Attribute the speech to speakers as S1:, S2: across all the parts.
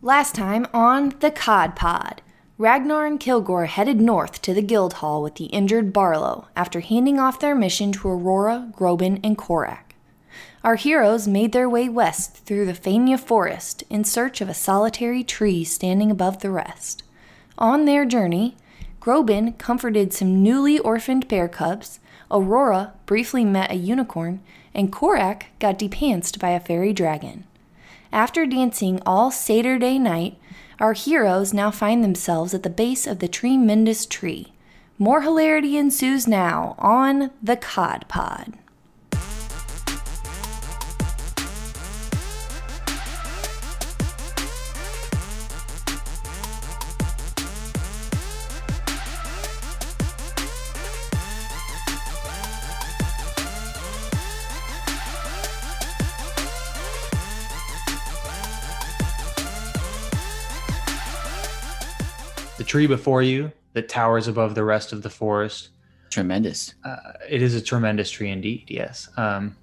S1: Last time on The Cod Pod, Ragnar and Kilgore headed north to the Guildhall with the injured Barlow after handing off their mission to Aurora, Groban, and Korak. Our heroes made their way west through the Fania forest in search of a solitary tree standing above the rest. On their journey, Groban comforted some newly orphaned bear cubs, Aurora briefly met a unicorn, and Korak got depanced by a fairy dragon. After dancing all Saturday night, our heroes now find themselves at the base of the tremendous tree. More hilarity ensues now on the Cod Pod.
S2: the tree before you that towers above the rest of the forest.
S3: Tremendous.
S2: Uh, it is a tremendous tree indeed, yes. Um,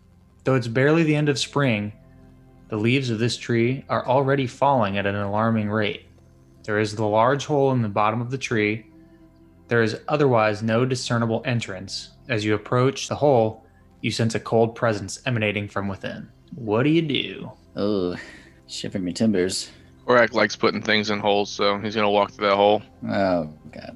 S2: though it's barely the end of spring, the leaves of this tree are already falling at an alarming rate. There is the large hole in the bottom of the tree. There is otherwise no discernible entrance. As you approach the hole, you sense a cold presence emanating from within. What do you do?
S3: Oh, shiver me timbers.
S4: Korak likes putting things in holes, so he's gonna walk through that hole.
S3: Oh god.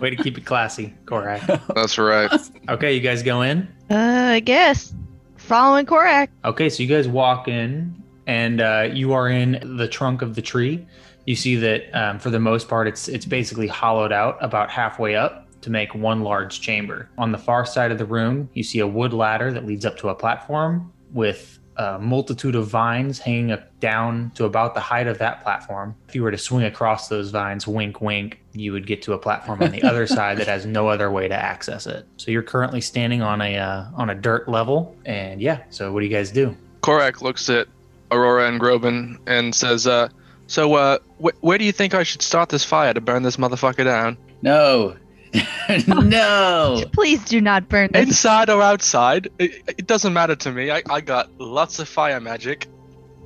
S2: Way to keep it classy, Korak.
S4: That's right.
S2: Okay, you guys go in.
S5: Uh, I guess. Following Korak.
S2: Okay, so you guys walk in, and uh, you are in the trunk of the tree. You see that um, for the most part, it's it's basically hollowed out about halfway up to make one large chamber. On the far side of the room, you see a wood ladder that leads up to a platform with a multitude of vines hanging up down to about the height of that platform. If you were to swing across those vines, wink, wink, you would get to a platform on the other side that has no other way to access it. So you're currently standing on a uh, on a dirt level, and yeah. So what do you guys do?
S4: Korak looks at Aurora and Groban and says, uh, "So, uh, wh- where do you think I should start this fire to burn this motherfucker down?
S3: No. no.
S5: Please do not burn this.
S4: Inside or outside? It, it doesn't matter to me. I, I got lots of fire magic.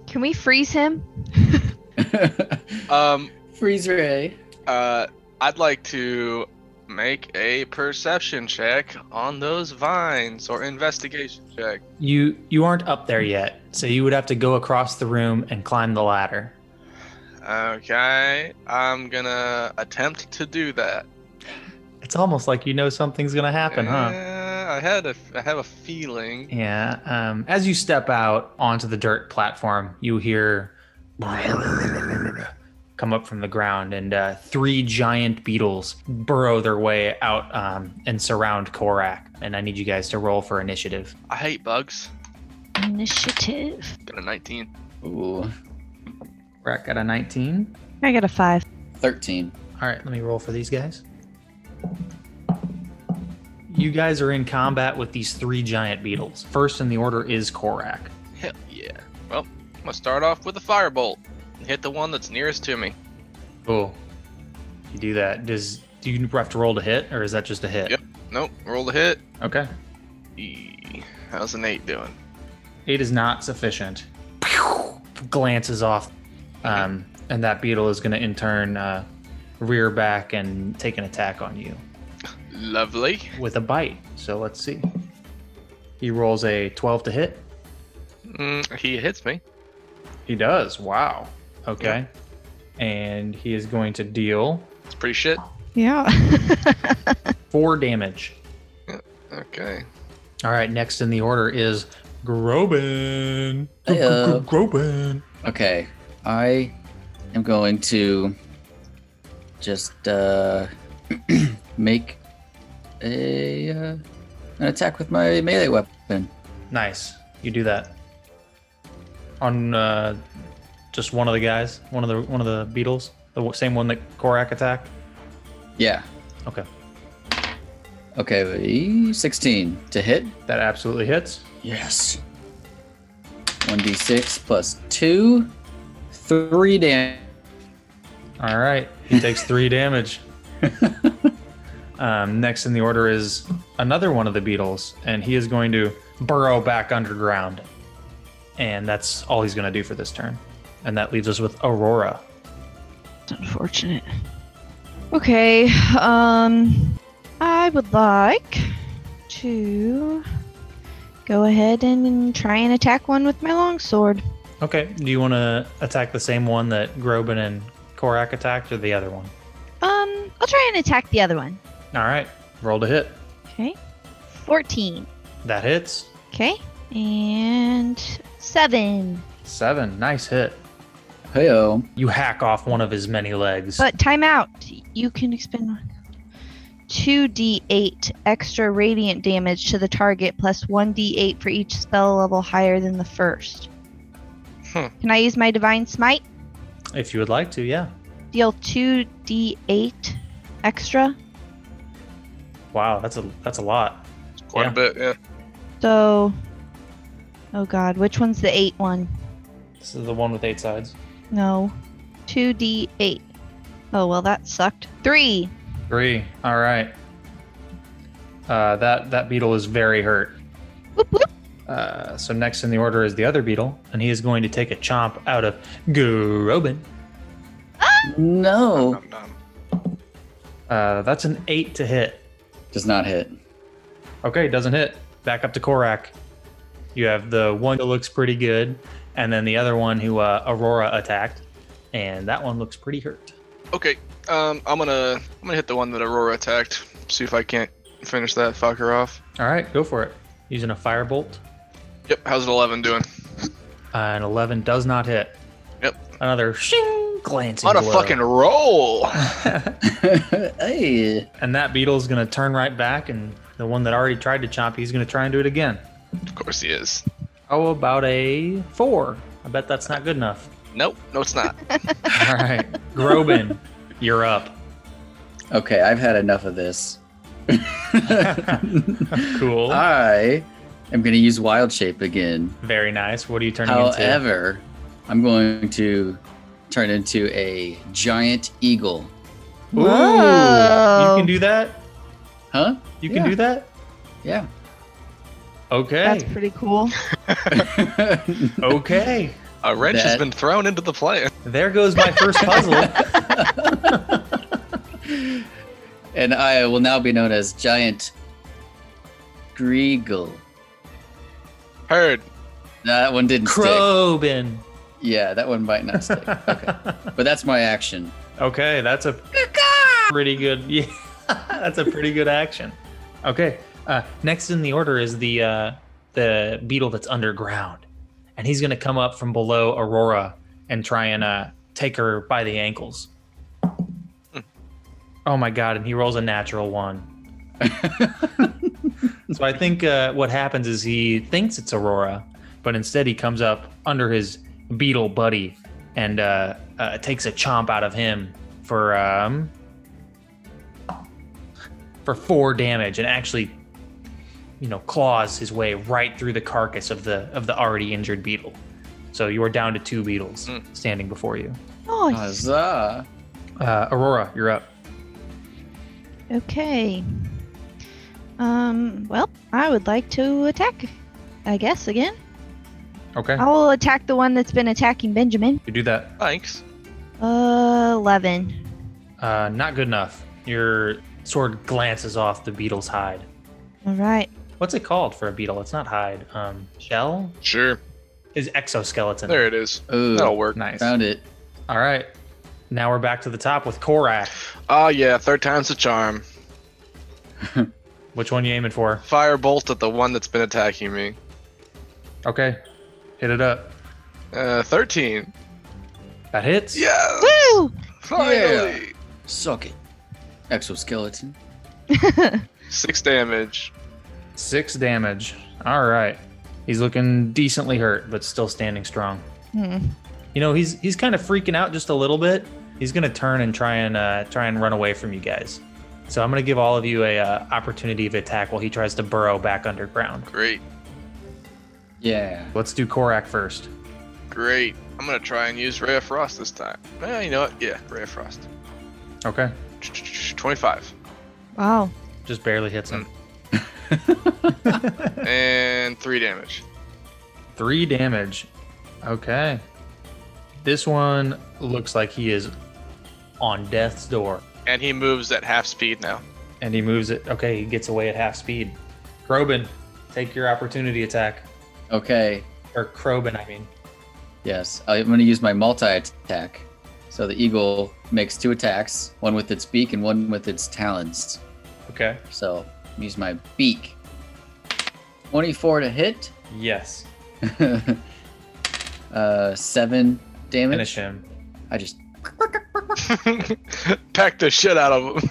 S5: Can we freeze him?
S4: Um,
S3: Freeze ray.
S4: uh, I'd like to make a perception check on those vines or investigation check.
S2: You you aren't up there yet, so you would have to go across the room and climb the ladder.
S4: Okay, I'm gonna attempt to do that.
S2: It's almost like you know something's gonna happen, huh?
S4: Uh, I had a, f- I have a feeling.
S2: Yeah. Um, as you step out onto the dirt platform, you hear come up from the ground, and uh, three giant beetles burrow their way out um, and surround Korak. And I need you guys to roll for initiative.
S4: I hate bugs.
S5: Initiative.
S4: Got a 19.
S3: Ooh.
S2: Korak got a 19.
S5: I got a five.
S3: Thirteen.
S2: All right, let me roll for these guys. You guys are in combat with these three giant beetles. First in the order is Korak.
S4: Hell yeah. Well, I'm gonna start off with a firebolt and hit the one that's nearest to me.
S2: Cool. You do that. Does do you have to roll to hit, or is that just a hit?
S4: Yep. Nope, roll the hit.
S2: Okay.
S4: Eee, How's an 8 doing?
S2: It is not sufficient. Pew! Glances off, um, and that beetle is going to in turn uh, rear back and take an attack on you
S4: Lovely.
S2: with a bite. So let's see. He rolls a 12 to hit.
S4: Mm, he hits me.
S2: He does. Wow. Okay. And he is going to deal
S4: It's pretty shit.
S5: Yeah.
S2: four damage.
S4: Okay.
S2: All right. Next in the order is Groban.
S3: Heyo.
S2: Groban.
S3: Okay. I am going to just uh make a uh, an attack with my melee weapon.
S2: Nice. You do that. On uh, just one of the guys, one of the one of the beetles, the w- same one that Korak attacked.
S3: Yeah.
S2: Okay,
S3: Okay, wait, sixteen to hit.
S2: that absolutely hits.
S3: Yes. 1d6 plus 2. 3 damage.
S2: All right, he takes three damage. um, next in the order is another one of the beetles, and he is going to burrow back underground, and that's all he's going to do for this turn. And that leaves us with Aurora.
S5: It's unfortunate. Okay, um, I would like to go ahead and try and attack one with my longsword.
S2: Okay. Do you want to attack the same one that Groban and Korak attacked or the other one?
S5: Um, I'll try and attack the other one.
S2: All right. Roll to hit.
S5: Okay, 14.
S2: That hits.
S5: Okay, and 7.
S2: Seven. Nice hit.
S3: Heyo.
S2: You hack off one of his many legs.
S5: But time out. You can expend one. 2d8 extra radiant damage to the target plus 1d8 for each spell level higher than the first.
S4: Hmm.
S5: Can I use my divine smite?
S2: if you would like to, yeah.
S5: Deal 2d8 extra.
S2: Wow, that's a that's a lot.
S4: Quite
S2: Yeah.
S4: a bit, yeah.
S5: So Oh god, which one's the 8 one?
S2: This is the one with eight sides.
S5: No. 2d8. Oh, well that sucked. 3.
S2: Three. All right. Uh, that that beetle is very hurt.
S5: Whoop, whoop.
S2: Uh, so next in the order is the other beetle, and he is going to take a chomp out of Gorobin.
S3: No.
S4: Nom, nom.
S2: Uh, that's an eight to hit.
S3: Does not hit.
S2: Okay, doesn't hit. Back up to Korak. You have the one that looks pretty good, and then the other one who uh, Aurora attacked, and that one looks pretty hurt.
S4: Okay, um, I'm gonna I'm gonna hit the one that Aurora attacked. See if I can't finish that fucker off.
S2: All right, go for it. Using a firebolt.
S4: Yep. How's an 11 doing?
S2: Uh, an 11 does not hit.
S4: Yep.
S2: Another shing glancing
S4: On a
S2: blow.
S4: fucking roll.
S3: hey.
S2: And that beetle's gonna turn right back, and the one that already tried to chomp, he's gonna try and do it again.
S4: Of course he is.
S2: How about a four? I bet that's not good enough.
S4: Nope. No, it's not.
S2: All right, Grobin, you're up.
S3: Okay, I've had enough of this.
S2: cool.
S3: I am going to use wild shape again.
S2: Very nice. What are you turning into?
S3: However, I'm going to turn into a giant eagle.
S2: You
S5: Whoa.
S2: can do that.
S3: Huh?
S2: You can
S3: Yeah.
S2: do that.
S3: Yeah.
S2: Okay.
S5: That's pretty cool.
S2: okay.
S4: A wrench has
S3: That-
S4: been thrown into the plan.
S2: There goes my first puzzle.
S3: and I will now be known as Giant Greagle.
S4: Heard.
S3: That one didn't
S2: Grobin.
S3: stick. Yeah, that one might not stick. Okay. but that's my action.
S2: Okay, that's a pretty good. Yeah, that's a pretty good action. Okay, uh, next in the order is the uh, the beetle that's underground, and he's gonna come up from below Aurora and try and uh, take her by the ankles. Oh my god! And he rolls a natural one. so I think uh, what happens is he thinks it's Aurora, but instead he comes up under his beetle buddy and uh, uh, takes a chomp out of him for um, for four damage, and actually, you know, claws his way right through the carcass of the of the already injured beetle. So you are down to two beetles
S4: Mm.
S2: standing before you.
S5: Nice.
S3: Huzzah.
S2: Uh, Aurora, you're up.
S5: Okay. Um, well, I would like to attack, I guess, again.
S2: Okay,
S5: I will attack the one that's been attacking Benjamin.
S2: you do that.
S4: Thanks.
S5: Uh, 11.
S2: Uh, not good enough. Your sword glances off the beetle's hide.
S5: All right.
S2: What's it called for a beetle? It's not hide. Um, shell
S4: Sure.
S2: is exoskeleton.
S4: There it is.
S3: Ooh,
S4: That'll work.
S2: Nice.
S3: found it.
S2: All right. Now we're back to the top with Korak.
S4: Ah, yeah. Third time's the charm.
S2: Which one you aiming for?
S4: Firebolt at the one that's been attacking me.
S2: Okay. Hit it up.
S4: Uh, 13.
S2: That hits?
S4: Yes.
S5: Woo!
S4: Finally.
S3: Suck it. Exoskeleton.
S4: Six damage.
S2: Six damage. All right. He's looking decently hurt, but still standing strong.
S5: Hmm.
S2: You know, he's he's kind of freaking out just a little bit. He's gonna turn and try and uh, try and run away from you guys. So I'm gonna give all of you a uh, opportunity of attack while he tries to burrow back underground.
S4: Great.
S3: Yeah.
S2: Let's do Korak first.
S4: Great. I'm gonna try and use Ray of Frost this time. Eh, you know what? Yeah, Ray of Frost.
S2: Okay.
S4: 25.
S5: Wow.
S2: Just barely hits him.
S4: and 3 damage.
S2: Three damage. Okay. This one looks like he is on death's door.
S4: And he moves at half speed now.
S2: And he moves it. Okay, he gets away at half speed. Krobin, take your opportunity attack.
S3: Okay.
S2: Or Krobin, I mean.
S3: Yes, I'm going to use my multi attack. So the eagle makes two attacks, one with its beak and one with its talons.
S2: Okay.
S3: So use my beak. 24 to hit,
S2: Yes.
S3: uh, 7 damage.
S2: Finish him.
S3: I just
S4: Pack the shit out of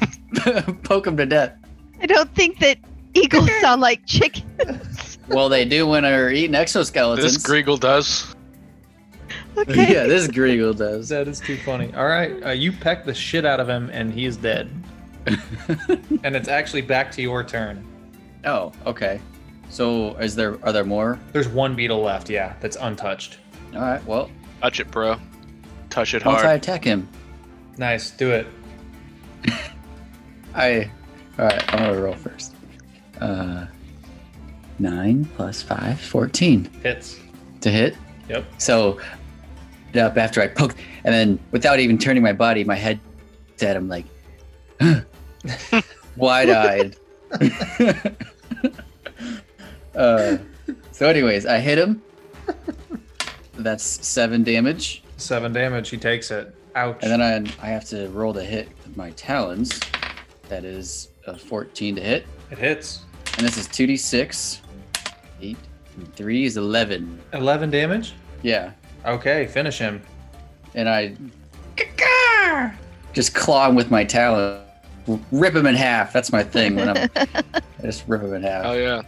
S4: him.
S3: poke him to death.
S5: I don't think that eagles sound like chickens.
S3: Well, they do when they're eating exoskeletons.
S4: this Griegel does.
S5: Okay.
S3: yeah, this Griegel does.
S2: That is too funny. All right. Uh, you peck the shit out of him, and he is dead. and it's actually back to your turn.
S3: Oh, okay. So is there are there more?
S2: There's one beetle left, yeah, that's untouched.
S3: All right. Well,
S4: Touch it, bro. Touch it
S3: multi
S4: hard.
S3: attack him.
S2: Nice. Do it.
S3: I. All right. I'm gonna roll first. Uh, nine plus five, 14
S2: Hits.
S3: to hit.
S2: Yep.
S3: So, it up after I poked, and then without even turning my body, my head dead. I'm like, wide eyed. uh, so, anyways, I hit him. That's seven damage.
S2: Seven damage. He takes it. Ouch.
S3: And then I, I have to roll to hit with my talons. That is a 14 to hit.
S2: it hits.
S3: And this is 2d6. 8 and 3 is 11.
S2: 11 damage.
S3: Yeah.
S2: Okay. Finish him.
S3: And I just claw him with my talon. Rip him in half. That's my thing. When I'm, I just rip him in half.
S4: Oh yeah.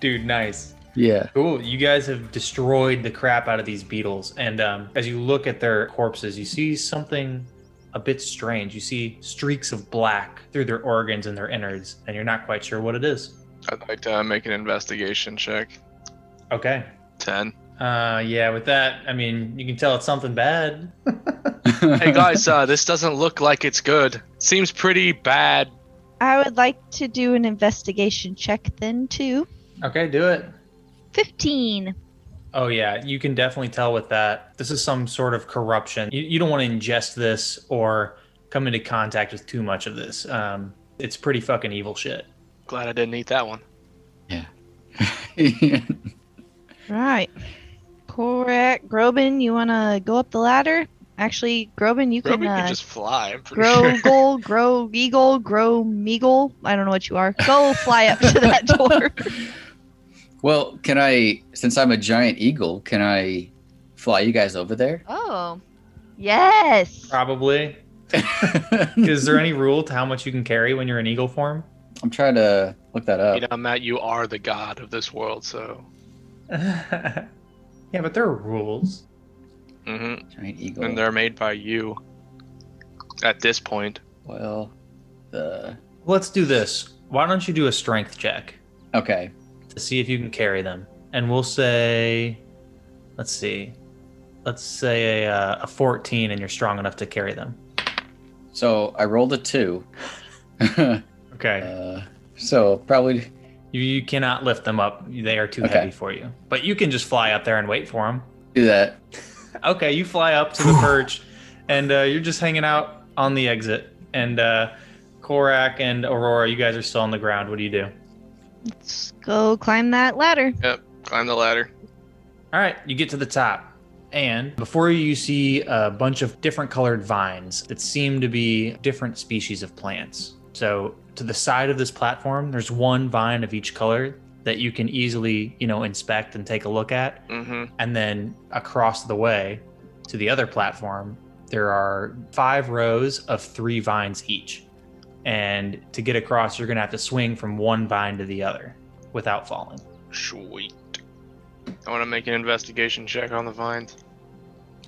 S2: Dude, nice.
S3: yeah.
S2: Cool. You guys have destroyed the crap out of these beetles. And um, as you look at their corpses, you see something a bit strange. You see streaks of black through their organs and their innards, and you're not quite sure what it is.
S4: I'd like to uh, make an investigation check.
S2: Okay.
S4: Ten.
S2: Uh, yeah, with that, I mean, you can tell it's something bad.
S4: hey guys, uh, this doesn't look like it's good. Seems pretty bad.
S5: I would like to do an investigation check then too.
S2: Okay, do it.
S5: 15.
S2: Oh, yeah, you can definitely tell with that. This is some sort of corruption. You, you don't want to ingest this or come into contact with too much of this. Um, it's pretty fucking evil shit.
S4: Glad I didn't eat that one.
S5: Right. Correct. Grobin, you want to go up the ladder? Actually, Grobin, you can,
S4: Roman
S5: uh,
S4: can just fly. I'm pretty
S5: grow
S4: sure.
S5: gold, grow eagle, grow meagle. I don't know what you are. Go fly up to that door.
S3: well, can I, since I'm a giant eagle, can I fly you guys over there?
S5: Oh. Yes.
S4: Uh,
S2: Probably. Is there any rule to how much you can carry when you're in eagle form?
S3: I'm trying to look that up.
S4: You know, Matt, you are the god of this world, so.
S2: yeah, but there are rules.
S4: hmm
S3: giant eagle.
S4: And they're made by you. At this point.
S3: Well, the
S2: Let's do this. Why don't you do a strength check
S3: okay.
S2: to see if you can carry them? And we'll say, let's see, let's say a, uh, a 14 and you're strong enough to carry them.
S3: So I rolled a two.
S2: Okay.
S3: uh, so probably
S2: You, you cannot lift them up, they are too
S3: Okay.
S2: heavy for you. But you can just fly up there and wait for them.
S3: do that.
S2: Okay, you fly up to the perch, and uh, you're just hanging out on the exit. And uh, Korak and Aurora, you guys are still on the ground. What do you do?
S5: Let's go climb that ladder.
S4: Climb the ladder.
S2: All right, you get to the top. And before you, you see a bunch of different colored vines that seem to be different species of plants. So, to the side of this platform, there's one vine of each color that you can easily, you know, inspect and take a look at.
S4: hmm
S2: And then across the way to the other platform, there are five rows of three vines each. And to get across, you're going to have to swing from one vine to the other without falling.
S4: Sweet. I want to make an investigation check on the vines.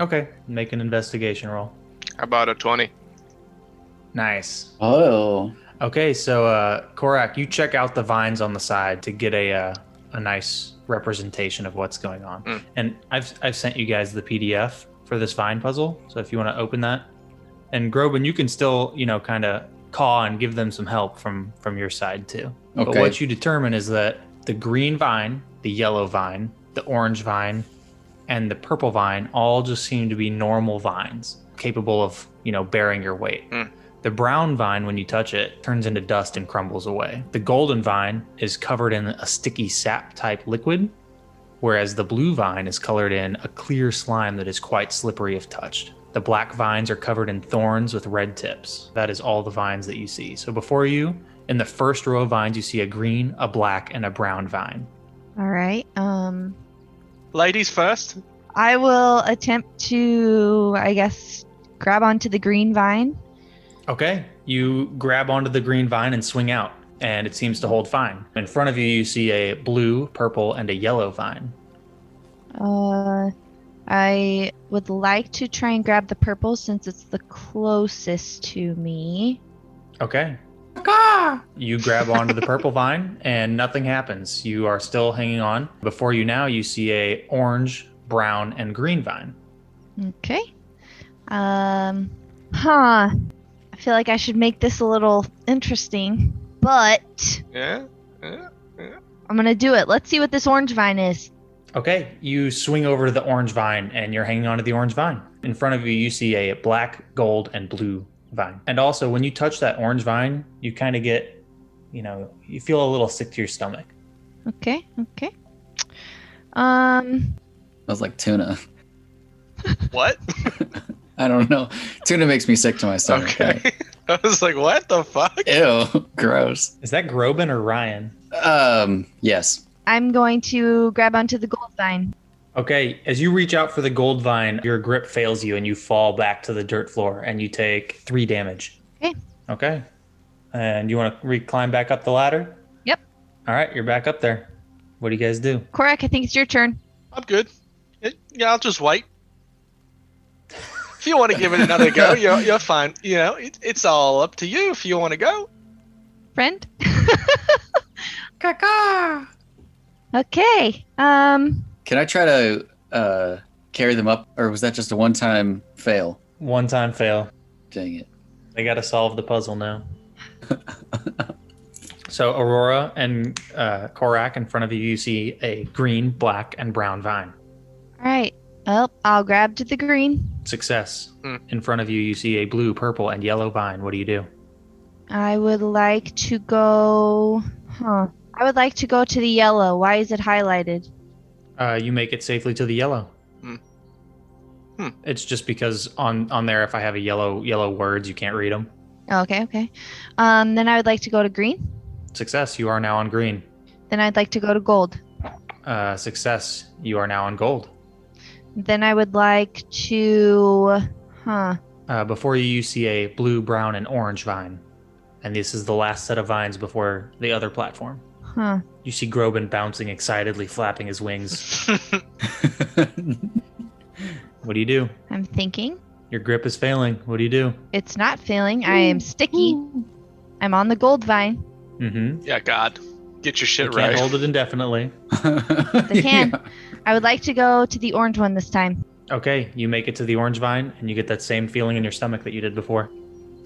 S2: Okay. Make an investigation roll.
S4: How about a 20?
S2: Nice.
S3: Oh,
S2: Okay, so uh, Korak, you check out the vines on the side to get a uh, a nice representation of what's going on.
S4: Mm.
S2: And I've I've sent you guys the PDF for this vine puzzle, so if you want to open that, and Groban, you can still you know kind of caw and give them some help from from your side too. But
S3: Okay.
S2: what you determine is that the green vine, the yellow vine, the orange vine, and the purple vine all just seem to be normal vines capable of, you know, bearing your weight.
S4: Hmm.
S2: The brown vine, when you touch it, turns into dust and crumbles away. The golden vine is covered in a sticky sap type liquid, whereas the blue vine is colored in a clear slime that is quite slippery if touched. The black vines are covered in thorns with red tips. That is all the vines that you see. So before you, in the first row of vines, you see a green, a black, and a brown vine.
S5: All right. Um,
S4: Ladies first.
S5: I will attempt to, I guess, grab onto the green vine.
S2: Okay. You grab onto the green vine and swing out, and it seems to hold fine. In front of you, you see a blue, purple, and a yellow vine.
S5: Uh, I would like to try and grab the purple since it's the closest to me.
S2: Okay. You grab onto the purple vine and nothing happens. You are still hanging on. Before you now, you see a orange, brown, and green vine.
S5: Okay. Um, huh. I feel like I should make this a little interesting, but
S4: Yeah.
S5: I'm gonna do it. Let's see what this orange vine is.
S2: Okay, you swing over to the orange vine and you're hanging onto the orange vine. In front of you, you see a black, gold, and blue vine. And also, when you touch that orange vine, you kind of get, you know, you feel a little sick to your stomach.
S5: Okay. Okay. Um.
S3: Smells like tuna.
S4: What?
S3: I don't know. Tuna makes me sick to my stomach.
S4: okay. I was like, what the fuck?
S3: Ew. Gross.
S2: Is that Groban or Ryan?
S3: Um. Yes.
S5: I'm going to grab onto the gold vine.
S2: Okay, as you reach out for the gold vine, your grip fails you and you fall back to the dirt floor and you take three damage.
S5: Okay.
S2: Okay. And you want to re climb back up the ladder?
S5: Yep.
S2: All right, you're back up there. What do you guys do?
S5: Korak, I think it's your turn.
S4: I'm good. Eh, Yeah, I'll just wait. If you want to give it another go, you're, you're fine. You know, it, it's all up to you if you want to go.
S5: friend. Okay. Um.
S3: Can I try to uh carry them up, or was that just a one-time fail?
S2: One time fail.
S3: Dang it.
S2: They got to solve the puzzle now. so, Aurora and uh, Korak in front of you, you see a green, black, and brown vine.
S5: All right. Well, I'll grab to the green.
S2: Success.
S4: Hmm.
S2: In front of you, you see a blue, purple, and yellow vine. What do you do?
S5: I would like to go. Huh. I would like to go to the yellow. Why is it highlighted?
S2: Uh, you make it safely to the yellow.
S4: Hmm. Hmm.
S2: It's just because on on there, if I have a yellow yellow words, you can't read them.
S5: Oh, Okay. Okay. Um. Then I would like to go to green.
S2: Success. You are now on green.
S5: Then I'd like to go to gold.
S2: Uh, success. You are now on gold.
S5: Then I would like to. Huh.
S2: Uh, before you, you see a blue, brown, and orange vine, and this is the last set of vines before the other platform.
S5: Huh.
S2: You see Groban bouncing excitedly, flapping his wings. What do you do?
S5: I'm thinking.
S2: Your grip is failing. What do you do?
S5: It's not failing. I am sticky. I'm on the gold vine.
S2: Mm-hmm.
S4: Yeah, God, get your
S2: You
S4: shit
S2: can't
S4: right.
S2: hold it indefinitely.
S3: they
S5: can. I would like to go to the orange one this time.
S2: Okay, you make it to the orange vine, and you get that same feeling in your stomach that you did before.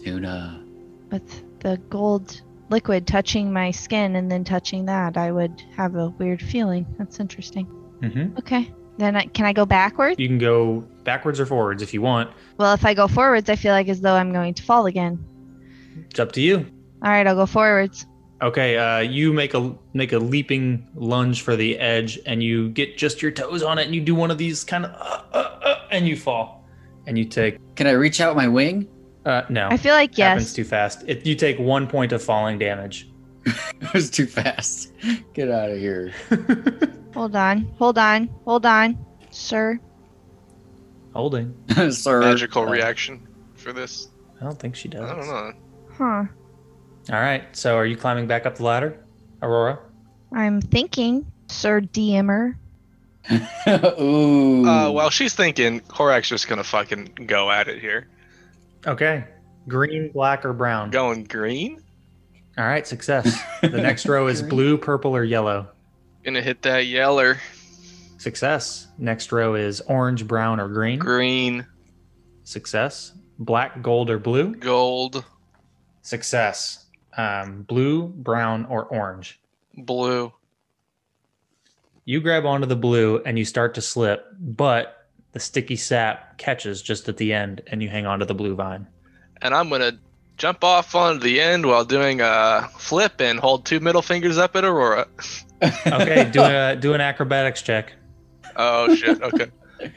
S3: Tuna.
S5: with the gold liquid touching my skin and then touching that, I would have a weird feeling. That's interesting.
S2: Mm-hmm.
S5: Okay. Then I, can I go backwards?
S2: You can go backwards or forwards if you want.
S5: Well, if I go forwards, I feel like as though I'm going to fall again.
S2: It's up to you.
S5: All right, I'll go forwards.
S2: Okay, uh, you make a make a leaping lunge for the edge, and you get just your toes on it, and you do one of these kind of, uh, uh, uh, and you fall, and you take
S3: Can I reach out my wing?
S2: uh, no.
S5: I feel like
S2: Happens
S5: yes.
S2: too fast. It, you take one point of falling damage.
S3: It was too fast. Get out of here.
S5: Hold on. Hold on. Hold on, sir.
S2: Holding.
S3: Sir.
S4: Magical
S3: Uh,
S4: reaction for this.
S2: I don't think she does.
S4: I don't know.
S5: Huh.
S2: All right. So are you climbing back up the ladder, Aurora?
S5: I'm thinking, sir DMer.
S3: Ooh.
S4: Uh, while she's thinking, Korak's just gonna fucking go at it here.
S2: Okay. Green, black, or brown?
S4: Going green,
S2: All right. Success. the next row is
S3: Green.
S2: blue, purple, or yellow.
S4: gonna hit that yeller.
S2: Success. Next row is orange, brown, or green.
S4: Green,
S2: Success. Black, gold, or blue.
S4: gold,
S2: Success. Um, blue, brown, or orange.
S4: blue.
S2: You grab onto the blue and you start to slip, but the sticky sap catches just at the end and you hang onto the blue vine.
S4: and I'm gonna jump off onto the end while doing a flip and hold two middle fingers up at Aurora.
S2: Okay, do a do an acrobatics check.
S4: Oh shit. Okay.
S3: it.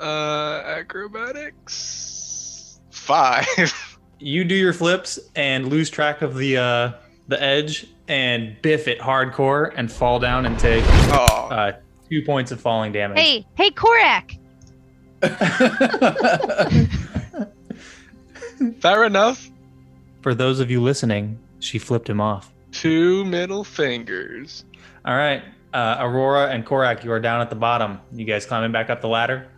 S4: Uh, acrobatics. Five.
S2: You do your flips and lose track of the uh, the edge and biff it hardcore and fall down and take
S4: oh,
S2: uh, two points of falling damage.
S5: Hey, hey, Korak!
S4: fair enough.
S2: For those of you listening, she flipped him off.
S4: Two middle fingers.
S2: All right, uh, Aurora and Korak, you are down at the bottom. You guys climbing back up the ladder?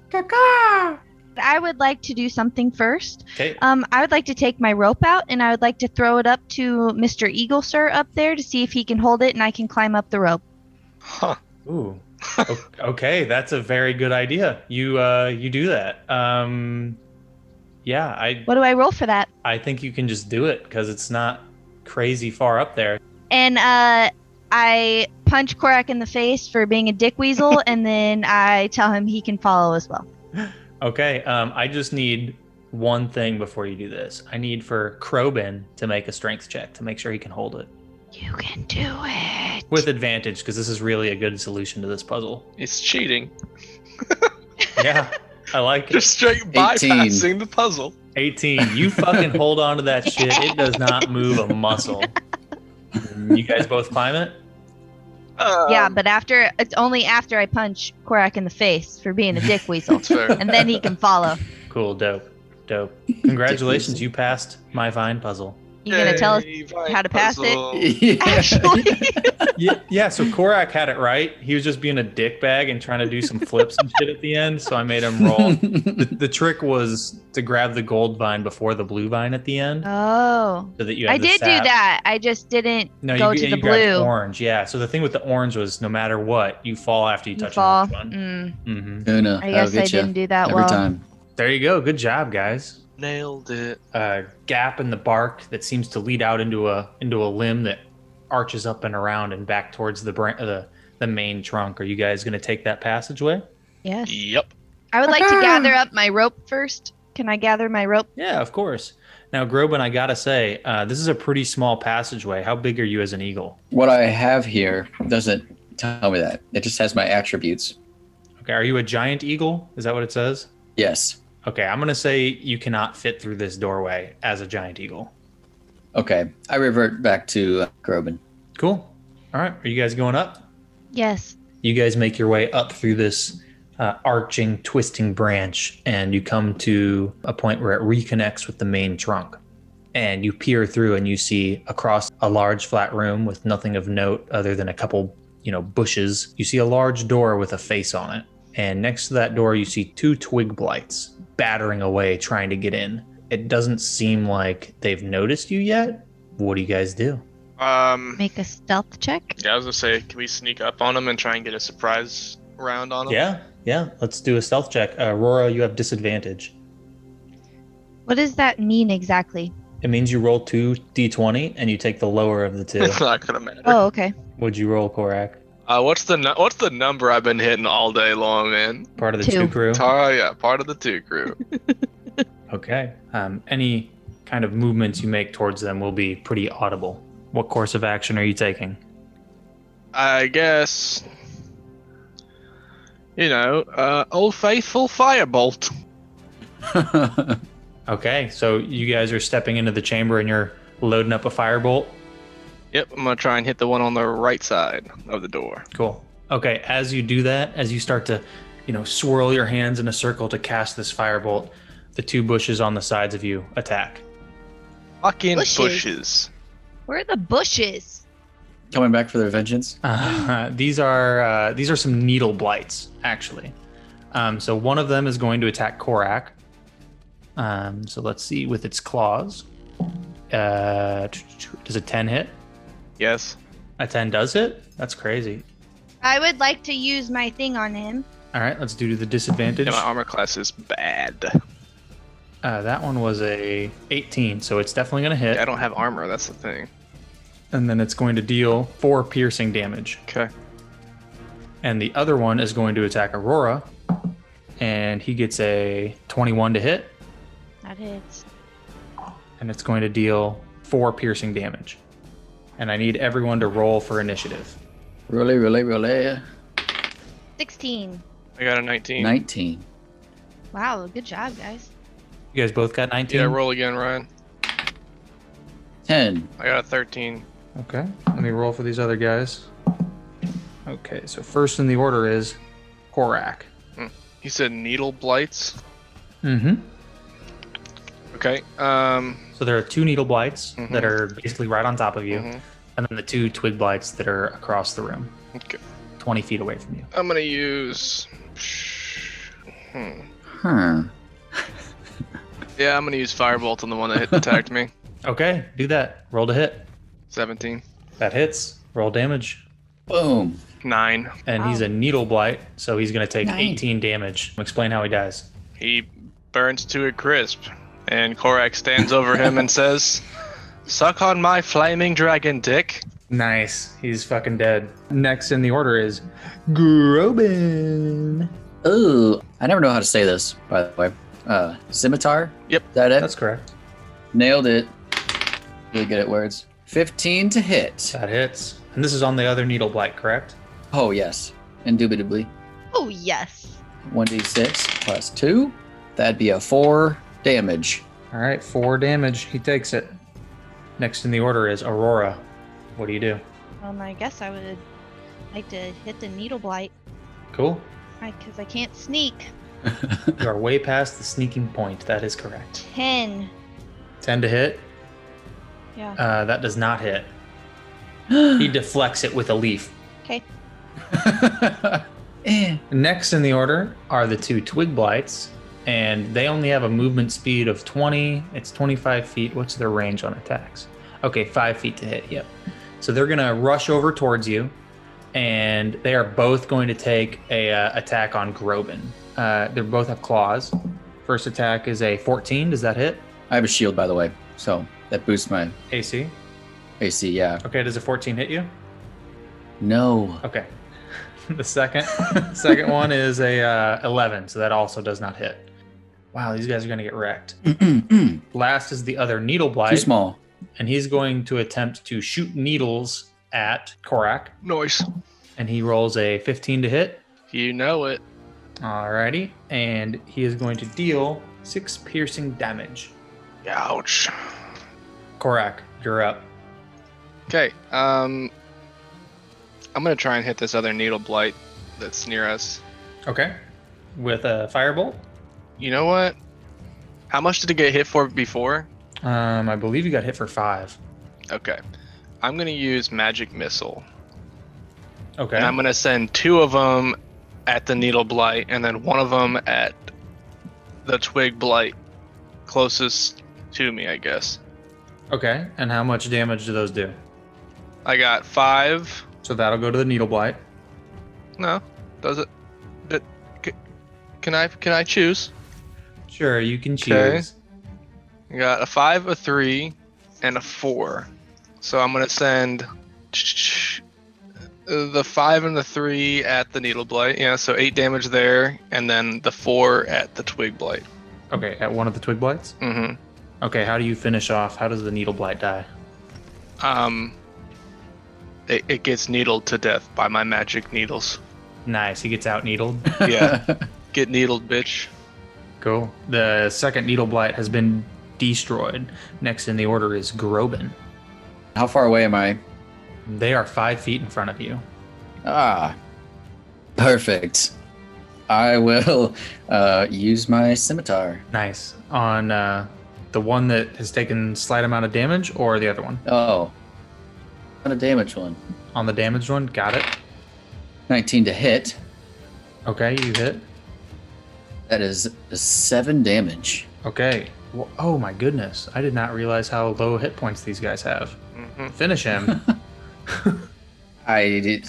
S5: I would like to do something first.
S2: Okay.
S5: Um, I would like to take my rope out and I would like to throw it up to Mr. Eagle Sir up there to see if he can hold it and I can climb up the rope.
S4: Huh.
S2: Ooh. O- okay, that's a very good idea. You uh, you do that. Um, yeah, I
S5: What do I roll for that?
S2: I think you can just do it because it's not crazy far up there.
S5: And uh, I punch Korak in the face for being a dick weasel and then I tell him he can follow as well.
S2: Okay, um, I just need one thing before you do this. I need for Crobin to make a strength check to make sure he can hold it
S5: You can do it.
S2: with advantage because this is really a good solution to this puzzle.
S4: It's cheating.
S2: Yeah, I like it.
S4: Just straight
S3: 18.
S4: bypassing the puzzle.
S2: 18. You fucking hold on to that shit. It does not move a muscle. You guys both climb it?
S4: Um,
S5: yeah, but after it's only after I punch Korak in the face for being a dick weasel.
S4: that's fair.
S5: and then he can follow.
S2: Cool, dope, dope. Congratulations, you passed my vine puzzle.
S5: You gonna tell us?
S4: Yay, vine
S5: how to pass it?
S4: puzzle.
S5: Actually,
S2: yeah, yeah, so Korak had it right. He was just being a dickbag and trying to do some flips and shit at the end, so I made him roll. The, the trick was to grab the gold vine before the blue vine at the end,
S5: oh,
S2: so that you. Had
S5: I
S2: the
S5: did do
S2: sap.
S5: that. I just didn't
S2: No,
S5: go
S2: you,
S5: to
S2: yeah,
S5: the
S2: you grabbed
S5: blue.
S2: orange. Yeah, so the thing with the orange was no matter what, you fall after you
S5: You
S2: touch
S5: fall.
S2: the orange one.
S5: Mm,
S2: Mm-hmm.
S3: Una,
S5: I
S3: that'll
S5: guess I
S3: get
S5: didn't
S3: you
S5: do that
S3: every
S5: well.
S3: time.
S2: There you go. Good job, guys.
S4: Nailed it.
S2: A gap in the bark that seems to lead out into a into a limb that arches up and around and back towards the bran- the the main trunk. Are you guys going to take that passageway?
S5: Yes,
S4: Yep.
S5: I would like to gather up my rope first. Can I gather my rope?
S2: Yeah, of course. Now, Groban, I gotta say, uh, this is a pretty small passageway. How big are you as an eagle?
S3: What I have here doesn't tell me that. It just has my attributes.
S2: Okay, are you a giant eagle? Is that what it says?
S3: Yes.
S2: Okay, I'm gonna say you cannot fit through this doorway as a giant eagle.
S3: Okay. I revert back to uh, Groban.
S2: Cool. All right, are you guys going up?
S5: Yes.
S2: you guys make your way up through this uh, arching, twisting branch, and you come to a point where it reconnects with the main trunk. And you peer through, and you see across a large flat room with nothing of note other than a couple, you know, bushes. You see a large door with a face on it, and next to that door, you see two twig blights battering away, trying to get in. It doesn't seem like they've noticed you yet. What do you guys do?
S4: Um.
S5: Make a stealth check.
S4: Yeah, I was gonna say, can we sneak up on them and try and get a surprise round on them?
S2: Yeah, yeah. Let's do a stealth check. Uh, Aurora, you have disadvantage.
S5: What does that mean exactly?
S2: It means you roll two d20 and you take the lower of the two.
S4: Not gonna matter.
S5: Oh, okay.
S2: Would you roll Korak?
S4: Uh, what's the nu- what's the number I've been hitting all day long, man?
S2: Part of the two,
S5: Two.
S2: crew.
S4: Tara, yeah, part of the two crew.
S2: Okay. Um, any kind of movements you make towards them will be pretty audible. What course of action are you taking?
S4: I guess. You know, uh, old faithful firebolt.
S2: Okay, so you guys are stepping into the chamber and you're loading up a firebolt.
S4: Yep, I'm gonna try and hit the one on the right side of the door.
S2: Cool. Okay, as you do that, as you start to, you know, swirl your hands in a circle to cast this firebolt, the two bushes on the sides of you attack.
S4: Fucking
S5: Bushes.
S4: bushes.
S5: Where are the bushes?
S3: Coming back for their vengeance.
S2: Uh, these are uh, these are some needle blights, actually. Um, so one of them is going to attack Korak. Um, so let's see with its claws. Uh, t- t- does a ten hit?
S4: Yes.
S2: A ten does hit. That's crazy.
S5: I would like to use my thing on him.
S2: All right, let's do to the disadvantage.
S4: Yeah, my armor class is bad.
S2: Uh, that one was a 18, so it's definitely going to
S4: I
S2: hit,
S4: don't have armor. That's the thing.
S2: and then it's going to deal four piercing damage.
S4: Okay.
S2: and the other one is going to attack Aurora, and he gets a 21 to hit,
S5: That hits.
S2: and it's going to deal four piercing damage. And I need everyone to roll for initiative.
S3: Really, really, really.
S5: 16.
S4: I got a 19.
S3: 19.
S5: Wow, good job, guys.
S2: You guys both got 19.
S4: Yeah, roll again, Ryan.
S3: 10.
S4: I got a 13.
S2: Okay, let me roll for these other guys. Okay, so first in the order is Korak.
S4: He said needle blights.
S2: Mm-hmm.
S4: Okay. Um.
S2: So there are two needle blights
S4: Mhm.
S2: that are basically right on top of you,
S4: mhm.
S2: and then the two twig blights that are across the room,
S4: Okay.
S2: 20 feet away from you.
S4: I'm gonna use. Hmm.
S3: Huh.
S4: Yeah, I'm gonna use firebolt on the one that hit, attacked me.
S2: Okay, do that. Roll to hit.
S4: 17.
S2: That hits. Roll damage.
S3: Boom.
S4: Nine.
S2: And he's a needle blight, so he's going to take
S3: Nice.
S2: 18 damage. Explain how he dies.
S4: He burns to a crisp, and Korak stands over him and says, "Suck on my flaming dragon dick."
S2: Nice. He's fucking dead. Next in the order is Grobin.
S3: Ooh. I never know how to say this, by the way. Uh, scimitar?
S4: Yep.
S3: Is that it?
S2: That's correct.
S3: Nailed it. Really good at words. 15 to hit.
S2: That hits. And this is on the other needle blight, correct?
S3: Oh, yes. Indubitably.
S5: Oh, yes.
S3: 1d6 plus 2. That'd be a 4 damage.
S2: All right, four damage. He takes it. Next in the order is Aurora. What do you do?
S5: Um, I guess I would like to hit the needle blight
S2: Cool.
S5: because I can't sneak.
S2: You are way past the sneaking point. That is correct.
S5: 10.
S2: 10 to hit.
S5: Yeah.
S2: Uh, that does not hit. He
S3: eh.
S2: deflects it with a leaf.
S3: It's
S2: Next in the order are the two twig blights, and they only have a movement speed of 20. It's 25 feet. What's their range on attacks? Okay, five feet to hit. Yep. So they're going to rush over towards you, and they are both going to take a uh, attack on Grobin. Uh, they both have claws. First attack is a 14. Does that hit?
S3: I have a shield, by the way, so that boosts my
S2: AC.
S3: AC. Yeah.
S2: Okay, does a 14 hit you?
S3: No.
S2: Okay. The second second one is a uh, 11, so that also does not hit. Wow, these guys are going to get wrecked.
S3: Too
S2: Last is the other needle blight,
S3: small.
S2: and he's going to attempt to shoot needles at Korak,
S4: Noise.
S2: and he rolls a 15 to hit.
S4: You know it.
S2: Alrighty, and he is going to deal six piercing damage.
S4: Ouch.
S2: Korak, you're up.
S4: Okay. Um. I'm gonna try and hit this other needle blight that's near us.
S2: Okay, with a firebolt.
S4: You know what? How much did it get hit for before?
S2: Um, I believe you got hit for five.
S4: Okay. I'm gonna use magic missile.
S2: Okay,
S4: And I'm gonna send two of them at the needle blight, and then one of them at the twig blight, closest to me, I guess.
S2: okay. And how much damage do those do?
S4: I got five.
S2: So that'll go to the needle blight.
S4: No, does it? Did, c- can I can I choose?
S2: Sure, you can choose.
S4: Okay. I got a five, a three, and a four. So I'm gonna send the five and the three at the needle blight. Yeah, so eight damage there, and then the four at the twig blight.
S2: Okay, at one of the twig blights.
S4: Mm-hmm.
S2: Okay, how do you finish off? How does the needle blight die?
S4: Um, it, it gets needled to death by my magic needles.
S2: Nice, he gets out needled.
S4: Yeah, get needled, bitch.
S2: Cool. The second needle blight has been destroyed. Next in the order is Grobin.
S3: How far away am I?
S2: They are five feet in front of you.
S3: Ah. Perfect. I will uh, use my scimitar.
S2: Nice. On uh, the one that has taken slight amount of damage, or the other one?
S3: Oh. Not a damage one.
S2: On the damaged one. Got it.
S3: 19 to hit.
S2: Okay, you hit.
S3: That is 7 damage.
S2: Okay. Well, oh my goodness! I did not realize how low hit points these guys have.
S4: Mm-hmm.
S2: Finish him.
S3: I did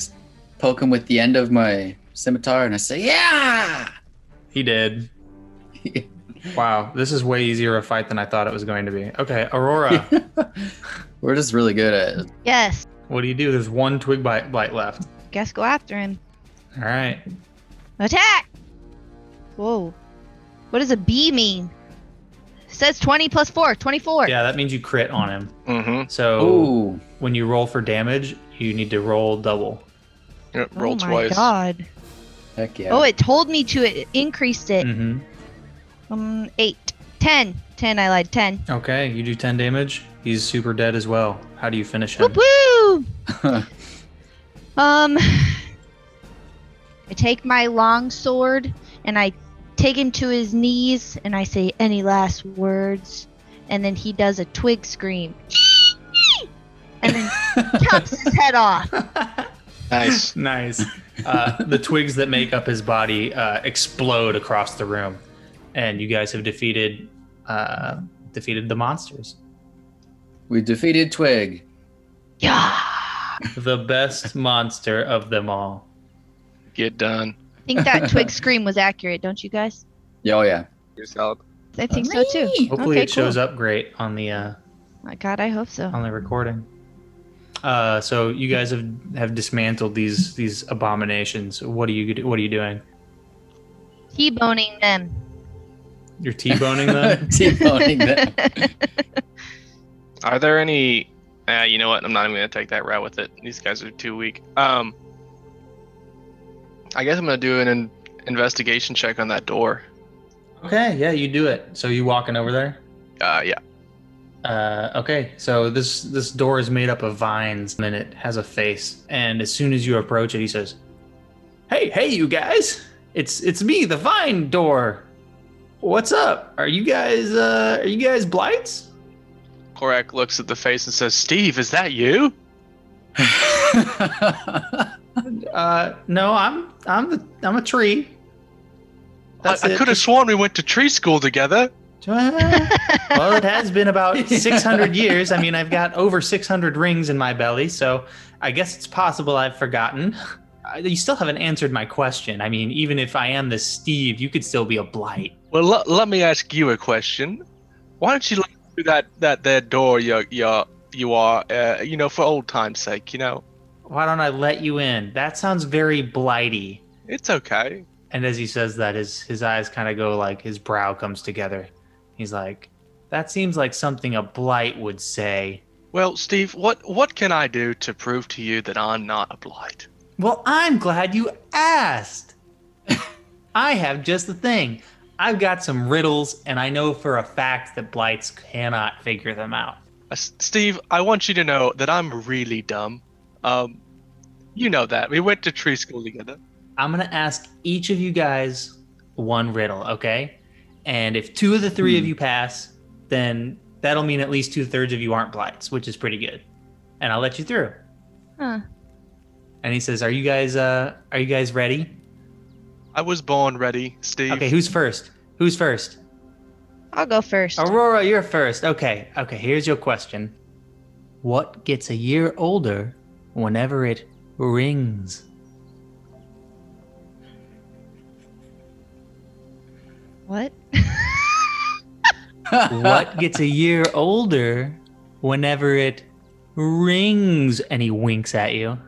S3: poke him with the end of my scimitar and I say, Yeah!
S2: he did. Wow, this is way easier a fight than I thought it was going to be. Okay, Aurora,
S3: We're just really good at
S5: Yes.
S2: what do you do? There's one twig bite, bite left.
S5: Guess go after him.
S2: All right.
S5: Attack! Whoa. What does a B mean? says 20 plus 4, 24.
S2: Yeah, that means you crit on him.
S4: Mm-hmm.
S2: So
S3: Ooh,
S2: when you roll for damage, you need to roll double.
S4: Yep,
S5: Oh
S4: roll
S5: my
S4: twice.
S5: god.
S3: heck yeah.
S5: Oh, it told me to. It increased it.
S2: Mm-hmm.
S5: Um, 8. 10. 10, I lied. 10.
S2: Okay, you do 10 damage. He's super dead as well. How do you finish him?
S5: Whoop woo!
S3: oh,
S5: Um, I take my long sword and I take him to his knees and I say any last words, and then he does a twig scream, and then chops his head off.
S4: Nice.
S2: Nice. Uh, the twigs that make up his body uh, explode across the room, and you guys have defeated uh, defeated the monsters.
S3: we defeated Twig.
S5: Yeah,
S2: The best monster of them all.
S4: Get done.
S5: I think that twig scream was accurate, don't you guys?
S3: Yeah, oh yeah.
S4: You're solid.
S5: I think so too.
S2: Hopefully,
S5: Okay,
S2: it shows up great on the uh,
S5: My God, I hope so.
S2: on the recording. Uh, so you guys have have dismantled these these abominations. What are you What are you doing?
S5: T-boning them.
S2: You're t-boning them.
S3: T-boning them.
S4: Are there any? Uh, you know what? I'm not even gonna take that route with it. These guys are too weak. Um, I guess I'm gonna do an in- investigation check on that door.
S2: okay, yeah, you do it. So you walking over there.
S4: Uh, yeah.
S2: Uh, okay, so this this door is made up of vines, and it has a face. And as soon as you approach it, he says, "Hey, hey, you guys! It's it's me, the vine door. What's up? Are you guys uh, are you guys blights?
S4: Korak looks at the face and says, "Steve, is that you?"
S2: Uh, no, I'm I'm the I'm a tree.
S4: I,
S2: That's
S4: I
S2: it.
S4: could have sworn we went to tree school together.
S2: well, it has been about
S3: Yeah.
S2: 600 years. I mean, I've got over 600 rings in my belly, so I guess it's possible I've forgotten. Uh, You still haven't answered my question. I mean, even if I am the Steve, you could still be a blight.
S4: Well, l- let me ask you a question. Why don't you look through that that there door? You you you are uh, you know for old times' sake. You know
S2: Why don't I let you in? That sounds very blighty.
S4: it's okay.
S2: And as he says that, his his eyes kind of go like his brow comes together. He's like, "That seems like something a blight would say."
S4: Well, Steve, what what can I do to prove to you that I'm not a blight?
S2: Well, I'm glad you asked. I have just the thing. I've got some riddles, and I know for a fact that blights cannot figure them out.
S4: Uh, S- Steve, I want you to know that I'm really dumb. Um, you know that we went to tree school together.
S2: I'm going to ask each of you guys one riddle, okay? And if two of the three of you pass, then that'll mean at least two thirds of you aren't blights, which is pretty good. And I'll let you through.
S5: Huh.
S2: And he says, "Are you guys uh are you guys ready?"
S4: I was born ready, Steve.
S2: Okay, who's first? Who's first?
S5: I'll go first.
S2: Aurora, you're first. Okay, okay, here's your question. What gets a year older whenever it rings?
S5: What?
S2: What gets a year older whenever it rings? And he winks at you.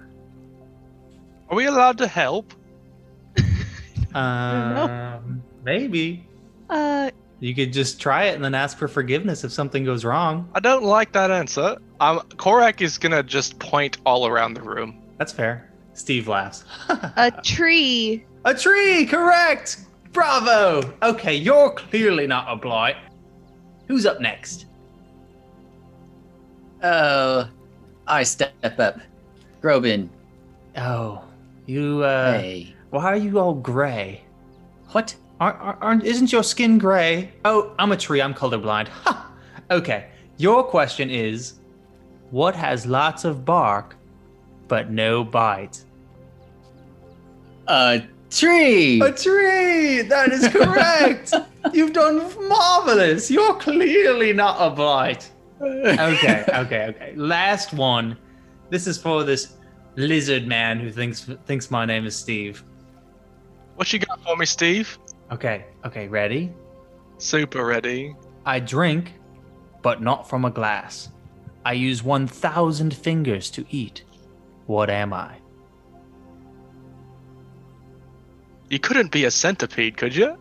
S4: Are we allowed to help?
S2: Um, maybe.
S5: Uh,
S2: You could just try it and then ask for forgiveness if something goes wrong.
S4: I don't like that answer. Um, Korak is gonna just point all around the room.
S2: That's fair. Steve laughs.
S5: a tree.
S2: A tree, correct! Bravo! Okay, you're clearly not a blight. Who's up next?
S3: oh, I step up. Grobin.
S2: Oh, you, uh,
S3: hey.
S2: why are you all gray?
S3: What?
S2: Aren't, aren't- aren't, isn't your skin gray? Oh, I'm a tree, I'm colorblind. Ha! Okay, your question is what has lots of bark but no bite?
S3: A tree.
S2: tree! That is correct! You've done marvelous! You're clearly not a blight.
S3: Oh
S2: okay, okay, okay. Last one. This is for this lizard man who thinks thinks my name is Steve.
S4: What you got for me, Steve?
S2: Okay, okay, ready?
S4: Super ready.
S2: I drink, but not from a glass. I use 1,000 fingers to eat. What am I?
S4: You couldn't be a centipede, could you?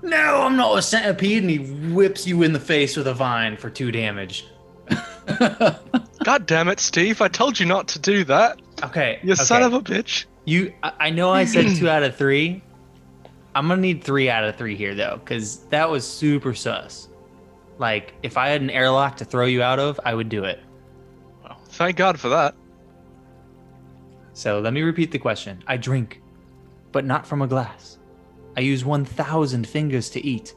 S2: No, I'm not a centipede, and he whips you in the face with a vine for two damage.
S4: God damn it, Steve! I told you not to do that.
S2: Okay.
S4: You
S2: okay.
S4: son of a bitch.
S2: You, I I know I said two out of three. I'm gonna need three out of three here though, because that was super sus. Like, if I had an airlock to throw you out of, I would do it.
S4: Well, thank God for that.
S2: So let me repeat the question. I drink, but not from a glass. I use 1,000 fingers to eat.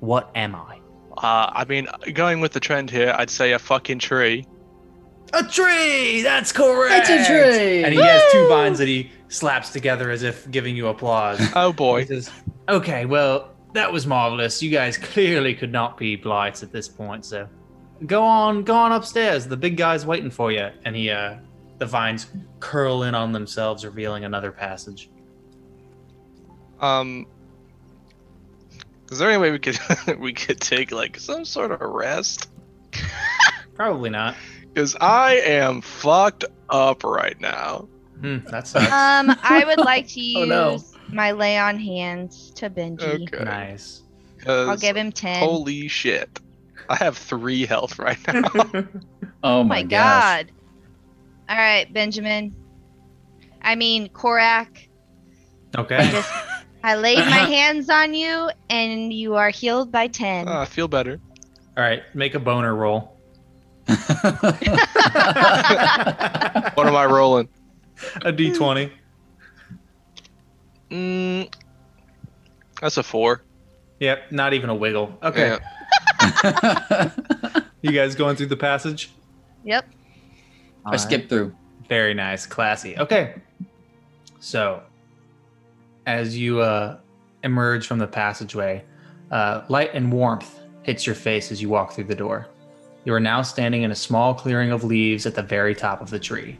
S2: What am I?
S4: Uh, I mean, going with the trend here, I'd say a fucking tree.
S2: A tree! That's correct!
S3: It's a tree!
S2: And he has two vines that he slaps together as if giving you applause.
S4: Oh
S2: He
S4: boy.
S2: says, okay, well, that was marvelous. You guys clearly could not be blights at this point, so go on, go on upstairs. The big guy's waiting for you. And he, uh, the vines curl in on themselves, revealing another passage.
S4: Um, is there any way we could we could take like some sort of rest?
S2: Probably not.
S4: Because I am fucked up right now.
S2: Hmm, that sucks.
S5: Um, I would like to use
S3: Oh, no.
S5: my lay on hands to Benji.
S4: Okay.
S2: nice.
S4: 'Cause
S5: I'll give him ten.
S4: holy shit, I have three health right now.
S3: Oh
S5: oh
S3: my,
S5: my
S3: gosh.
S5: god! All right, Benjamin. I mean Korak. I
S2: Okay.
S5: just I laid my
S4: Uh-huh.
S5: hands on you, and you are healed by ten.
S4: Ah, I feel better.
S2: All right, make a boner roll.
S4: What am I rolling?
S2: A d20.
S4: Mm, that's a four.
S2: Yep, not even a wiggle. Okay.
S4: Yeah.
S2: You guys going through the passage?
S5: Yep.
S3: I skipped through.
S2: Very nice, classy. Okay. So, as you uh, emerge from the passageway, uh, light and warmth hits your face as you walk through the door. You are now standing in a small clearing of leaves at the very top of the tree.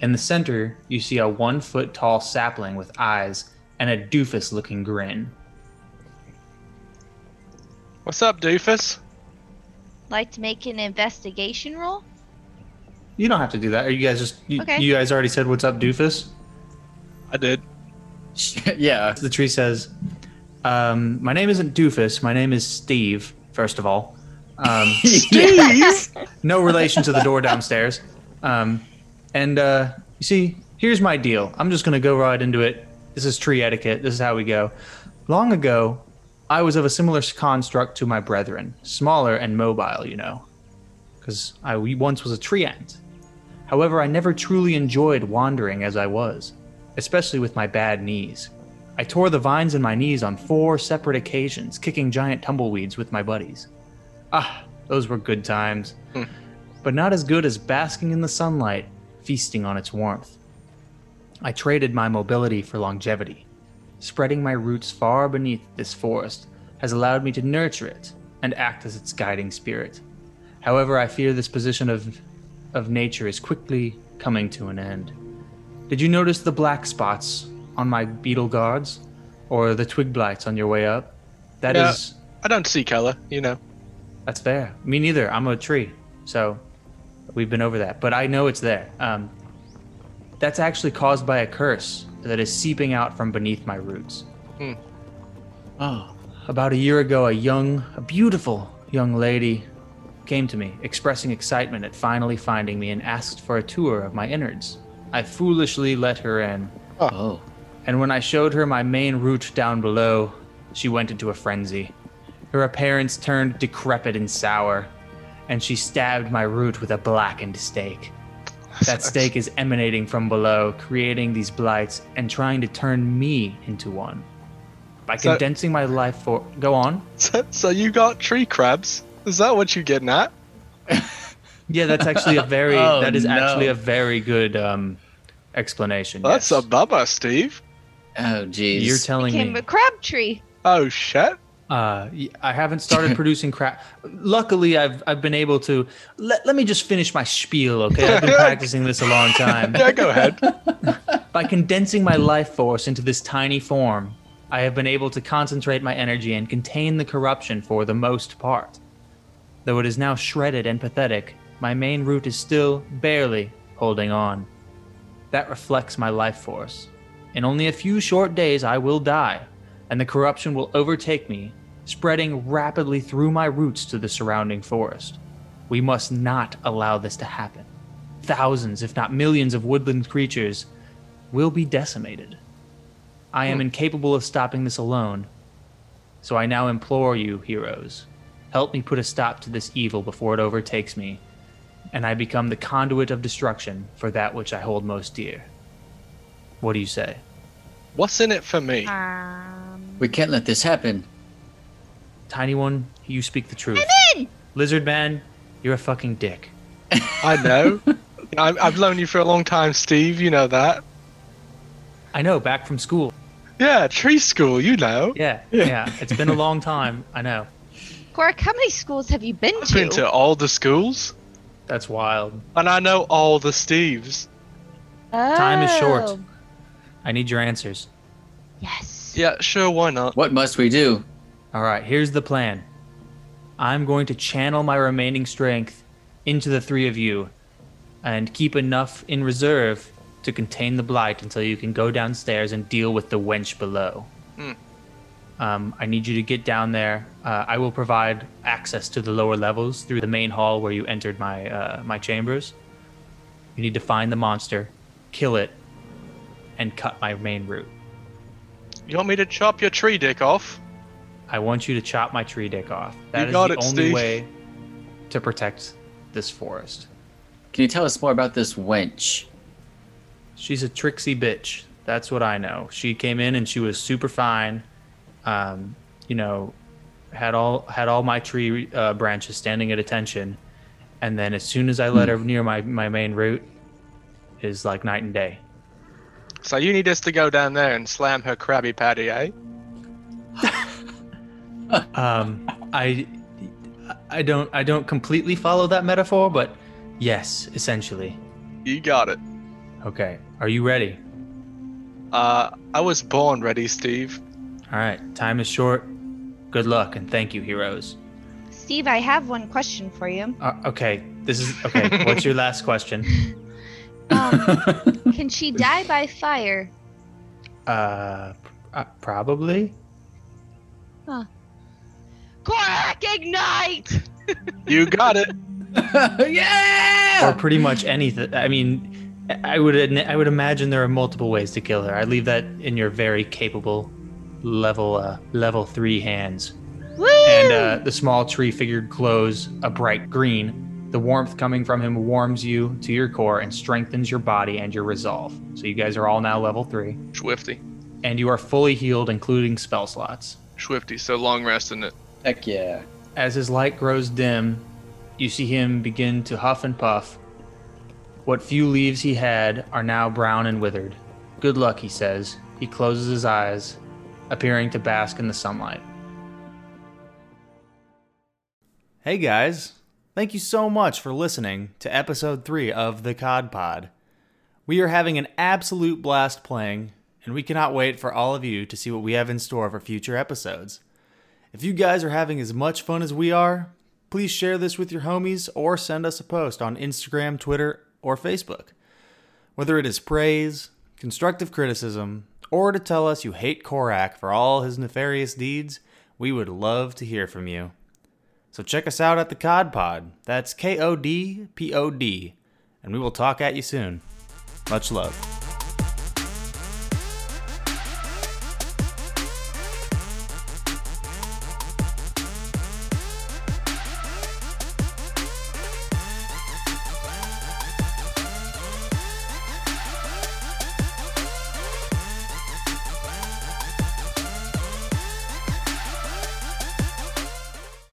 S2: In the center, you see a one foot tall sapling with eyes and a doofus looking grin.
S4: What's up, doofus?
S5: Like to make an investigation roll?
S2: You don't have to do that. Are you guys just, you,
S5: Okay.
S2: you guys already said, What's up, doofus?
S4: I did.
S3: yeah.
S2: The tree says, um, My name isn't Doofus. My name is Steve, first of all. Um, no relation to the door downstairs. Um, and uh, you see, here's my deal. I'm just going to go right into it. This is tree etiquette. This is how we go. Long ago, I was of a similar construct to my brethren, smaller and mobile, you know, because I once was a tree ant. However, I never truly enjoyed wandering as I was, especially with my bad knees. I tore the vines in my knees on four separate occasions, kicking giant tumbleweeds with my buddies. Ah, those were good times but not as good as basking in the sunlight, feasting on its warmth. I traded my mobility for longevity. Spreading my roots far beneath this forest has allowed me to nurture it and act as its guiding spirit. However, I fear this position of, of nature is quickly coming to an end. Did you notice the black spots on my beetle guards? Or the twig blights on your way up? That is.
S4: Yeah. I don't see color, you know.
S2: That's fair. Me neither. I'm a tree, so we've been over that. But I know it's there. Um, that's actually caused by a curse that is seeping out from beneath my roots.
S4: Hmm.
S2: Oh, about a year ago, a young, a beautiful young lady came to me, expressing excitement at finally finding me, and asked for a tour of my innards. I foolishly let her in,
S3: Oh.
S2: and when I showed her my main route down below, she went into a frenzy. Her appearance turned decrepit and sour, and she stabbed my root with a blackened stake. That stake is emanating from below, creating these blights and trying to turn me into one. By
S4: So-
S2: condensing my life for. Go on.
S4: So, so you got tree crabs? Is that what you're getting at?
S2: Yeah, that's actually a very.
S3: Oh,
S2: that is
S3: no.
S2: actually a very good um, explanation.
S4: That's
S2: yes.
S4: a bummer, Steve.
S3: Oh, geez.
S2: You're telling me.
S5: Became a crab tree.
S4: Oh shit.
S2: Uh, y- I haven't started producing crap. Luckily, I've I've been able to. Let, let me just finish my spiel, okay? I've been practicing this a long time.
S4: Yeah, go ahead.
S2: By condensing my life force into this tiny form, I have been able to concentrate my energy and contain the corruption for the most part. Though it is now shredded and pathetic, my main root is still barely holding on. That reflects my life force. In only a few short days, I will die, and the corruption will overtake me, spreading rapidly through my roots to the surrounding forest. We must not allow this to happen. Thousands, if not millions, of woodland creatures will be decimated. I am incapable of stopping this alone, so I now implore you, heroes, help me put a stop to this evil before it overtakes me, and I become the conduit of destruction for that which I hold most dear. What do you say?
S4: What's in it for me?
S5: Ah. Um,
S3: We can't let this happen.
S2: Tiny one, you speak the truth.
S5: in!
S2: Lizard man, you're a fucking dick.
S4: I know. I, I've known you for a long time, Steve. You know that.
S2: I know, back from school.
S4: Yeah, tree school. You know.
S2: Yeah,
S4: Yeah.
S2: yeah. It's been a long time. I know.
S5: Quark, how many schools have you been
S4: I've
S5: to?
S4: been to all the schools,
S2: That's wild.
S4: and I know all the Steves.
S2: Time is short.
S5: Oh,
S2: I need your answers.
S5: Yes.
S4: Yeah, sure. Why not?
S3: What must we do?
S2: All right, here's the plan. I'm going to channel my remaining strength into the three of you and keep enough in reserve to contain the blight until you can go downstairs and deal with the wench below.
S4: Hmm.
S2: Um, I need you to get down there. Uh, I will provide access to the lower levels through the main hall where you entered my uh, my chambers. You need to find the monster, kill it, and cut my main root.
S4: You want me to chop your tree dick off?
S2: I want you to chop my tree dick off. That
S4: You
S2: is
S4: got
S2: the
S4: it,
S2: only
S4: Steve.
S2: way to protect this forest.
S3: Can you tell us more about this wench?
S2: She's a tricksy bitch. That's what I know. She came in and she was super fine. Um, you know, had all had all my tree uh, branches standing at attention, and then as soon as I
S4: Hmm.
S2: let her near my my main root, is like night and day.
S4: So you need us to go down there and slam her Krabby Patty, eh?
S2: Um, I I don't I don't completely follow that metaphor, but yes, essentially.
S4: You got it.
S2: Okay, are you ready?
S4: Uh, I was born ready, Steve.
S2: All right, time is short. Good luck and thank you, heroes.
S5: Steve, I have one question for you.
S2: Uh, okay, this is okay. what's your last question?
S5: Um, can she die by fire?
S2: Uh, uh, probably.
S5: Quark, ignite!
S4: You got it.
S2: Or
S3: yeah!
S2: pretty much anything. I mean, I I would admi- I would imagine there are multiple ways to kill her. I leave that in your very capable level uh, level three hands.
S5: Woo!
S2: And uh, the small tree figured glows a bright green. The warmth coming from him warms you to your core and strengthens your body and your resolve. So you guys are all now level three.
S4: Swifty.
S2: and you are fully healed, including spell slots.
S4: Swifty, so long rest in it.
S3: Heck yeah.
S2: As his light grows dim, you see him begin to huff and puff. What few leaves he had are now brown and withered. Good luck, he says. He closes his eyes, appearing to bask in the sunlight. Hey guys, thank you so much for listening to episode 3 of The Cod Pod. We are having an absolute blast playing, and we cannot wait for all of you to see what we have in store for future episodes. If you guys are having as much fun as we are, please share this with your homies or send us a post on Instagram, Twitter, or Facebook. Whether it is praise, constructive criticism, or to tell us you hate Korak for all his nefarious deeds, we would love to hear from you. So check us out at the Cod Pod. That's K O D P O D. And we will talk at you soon. Much love.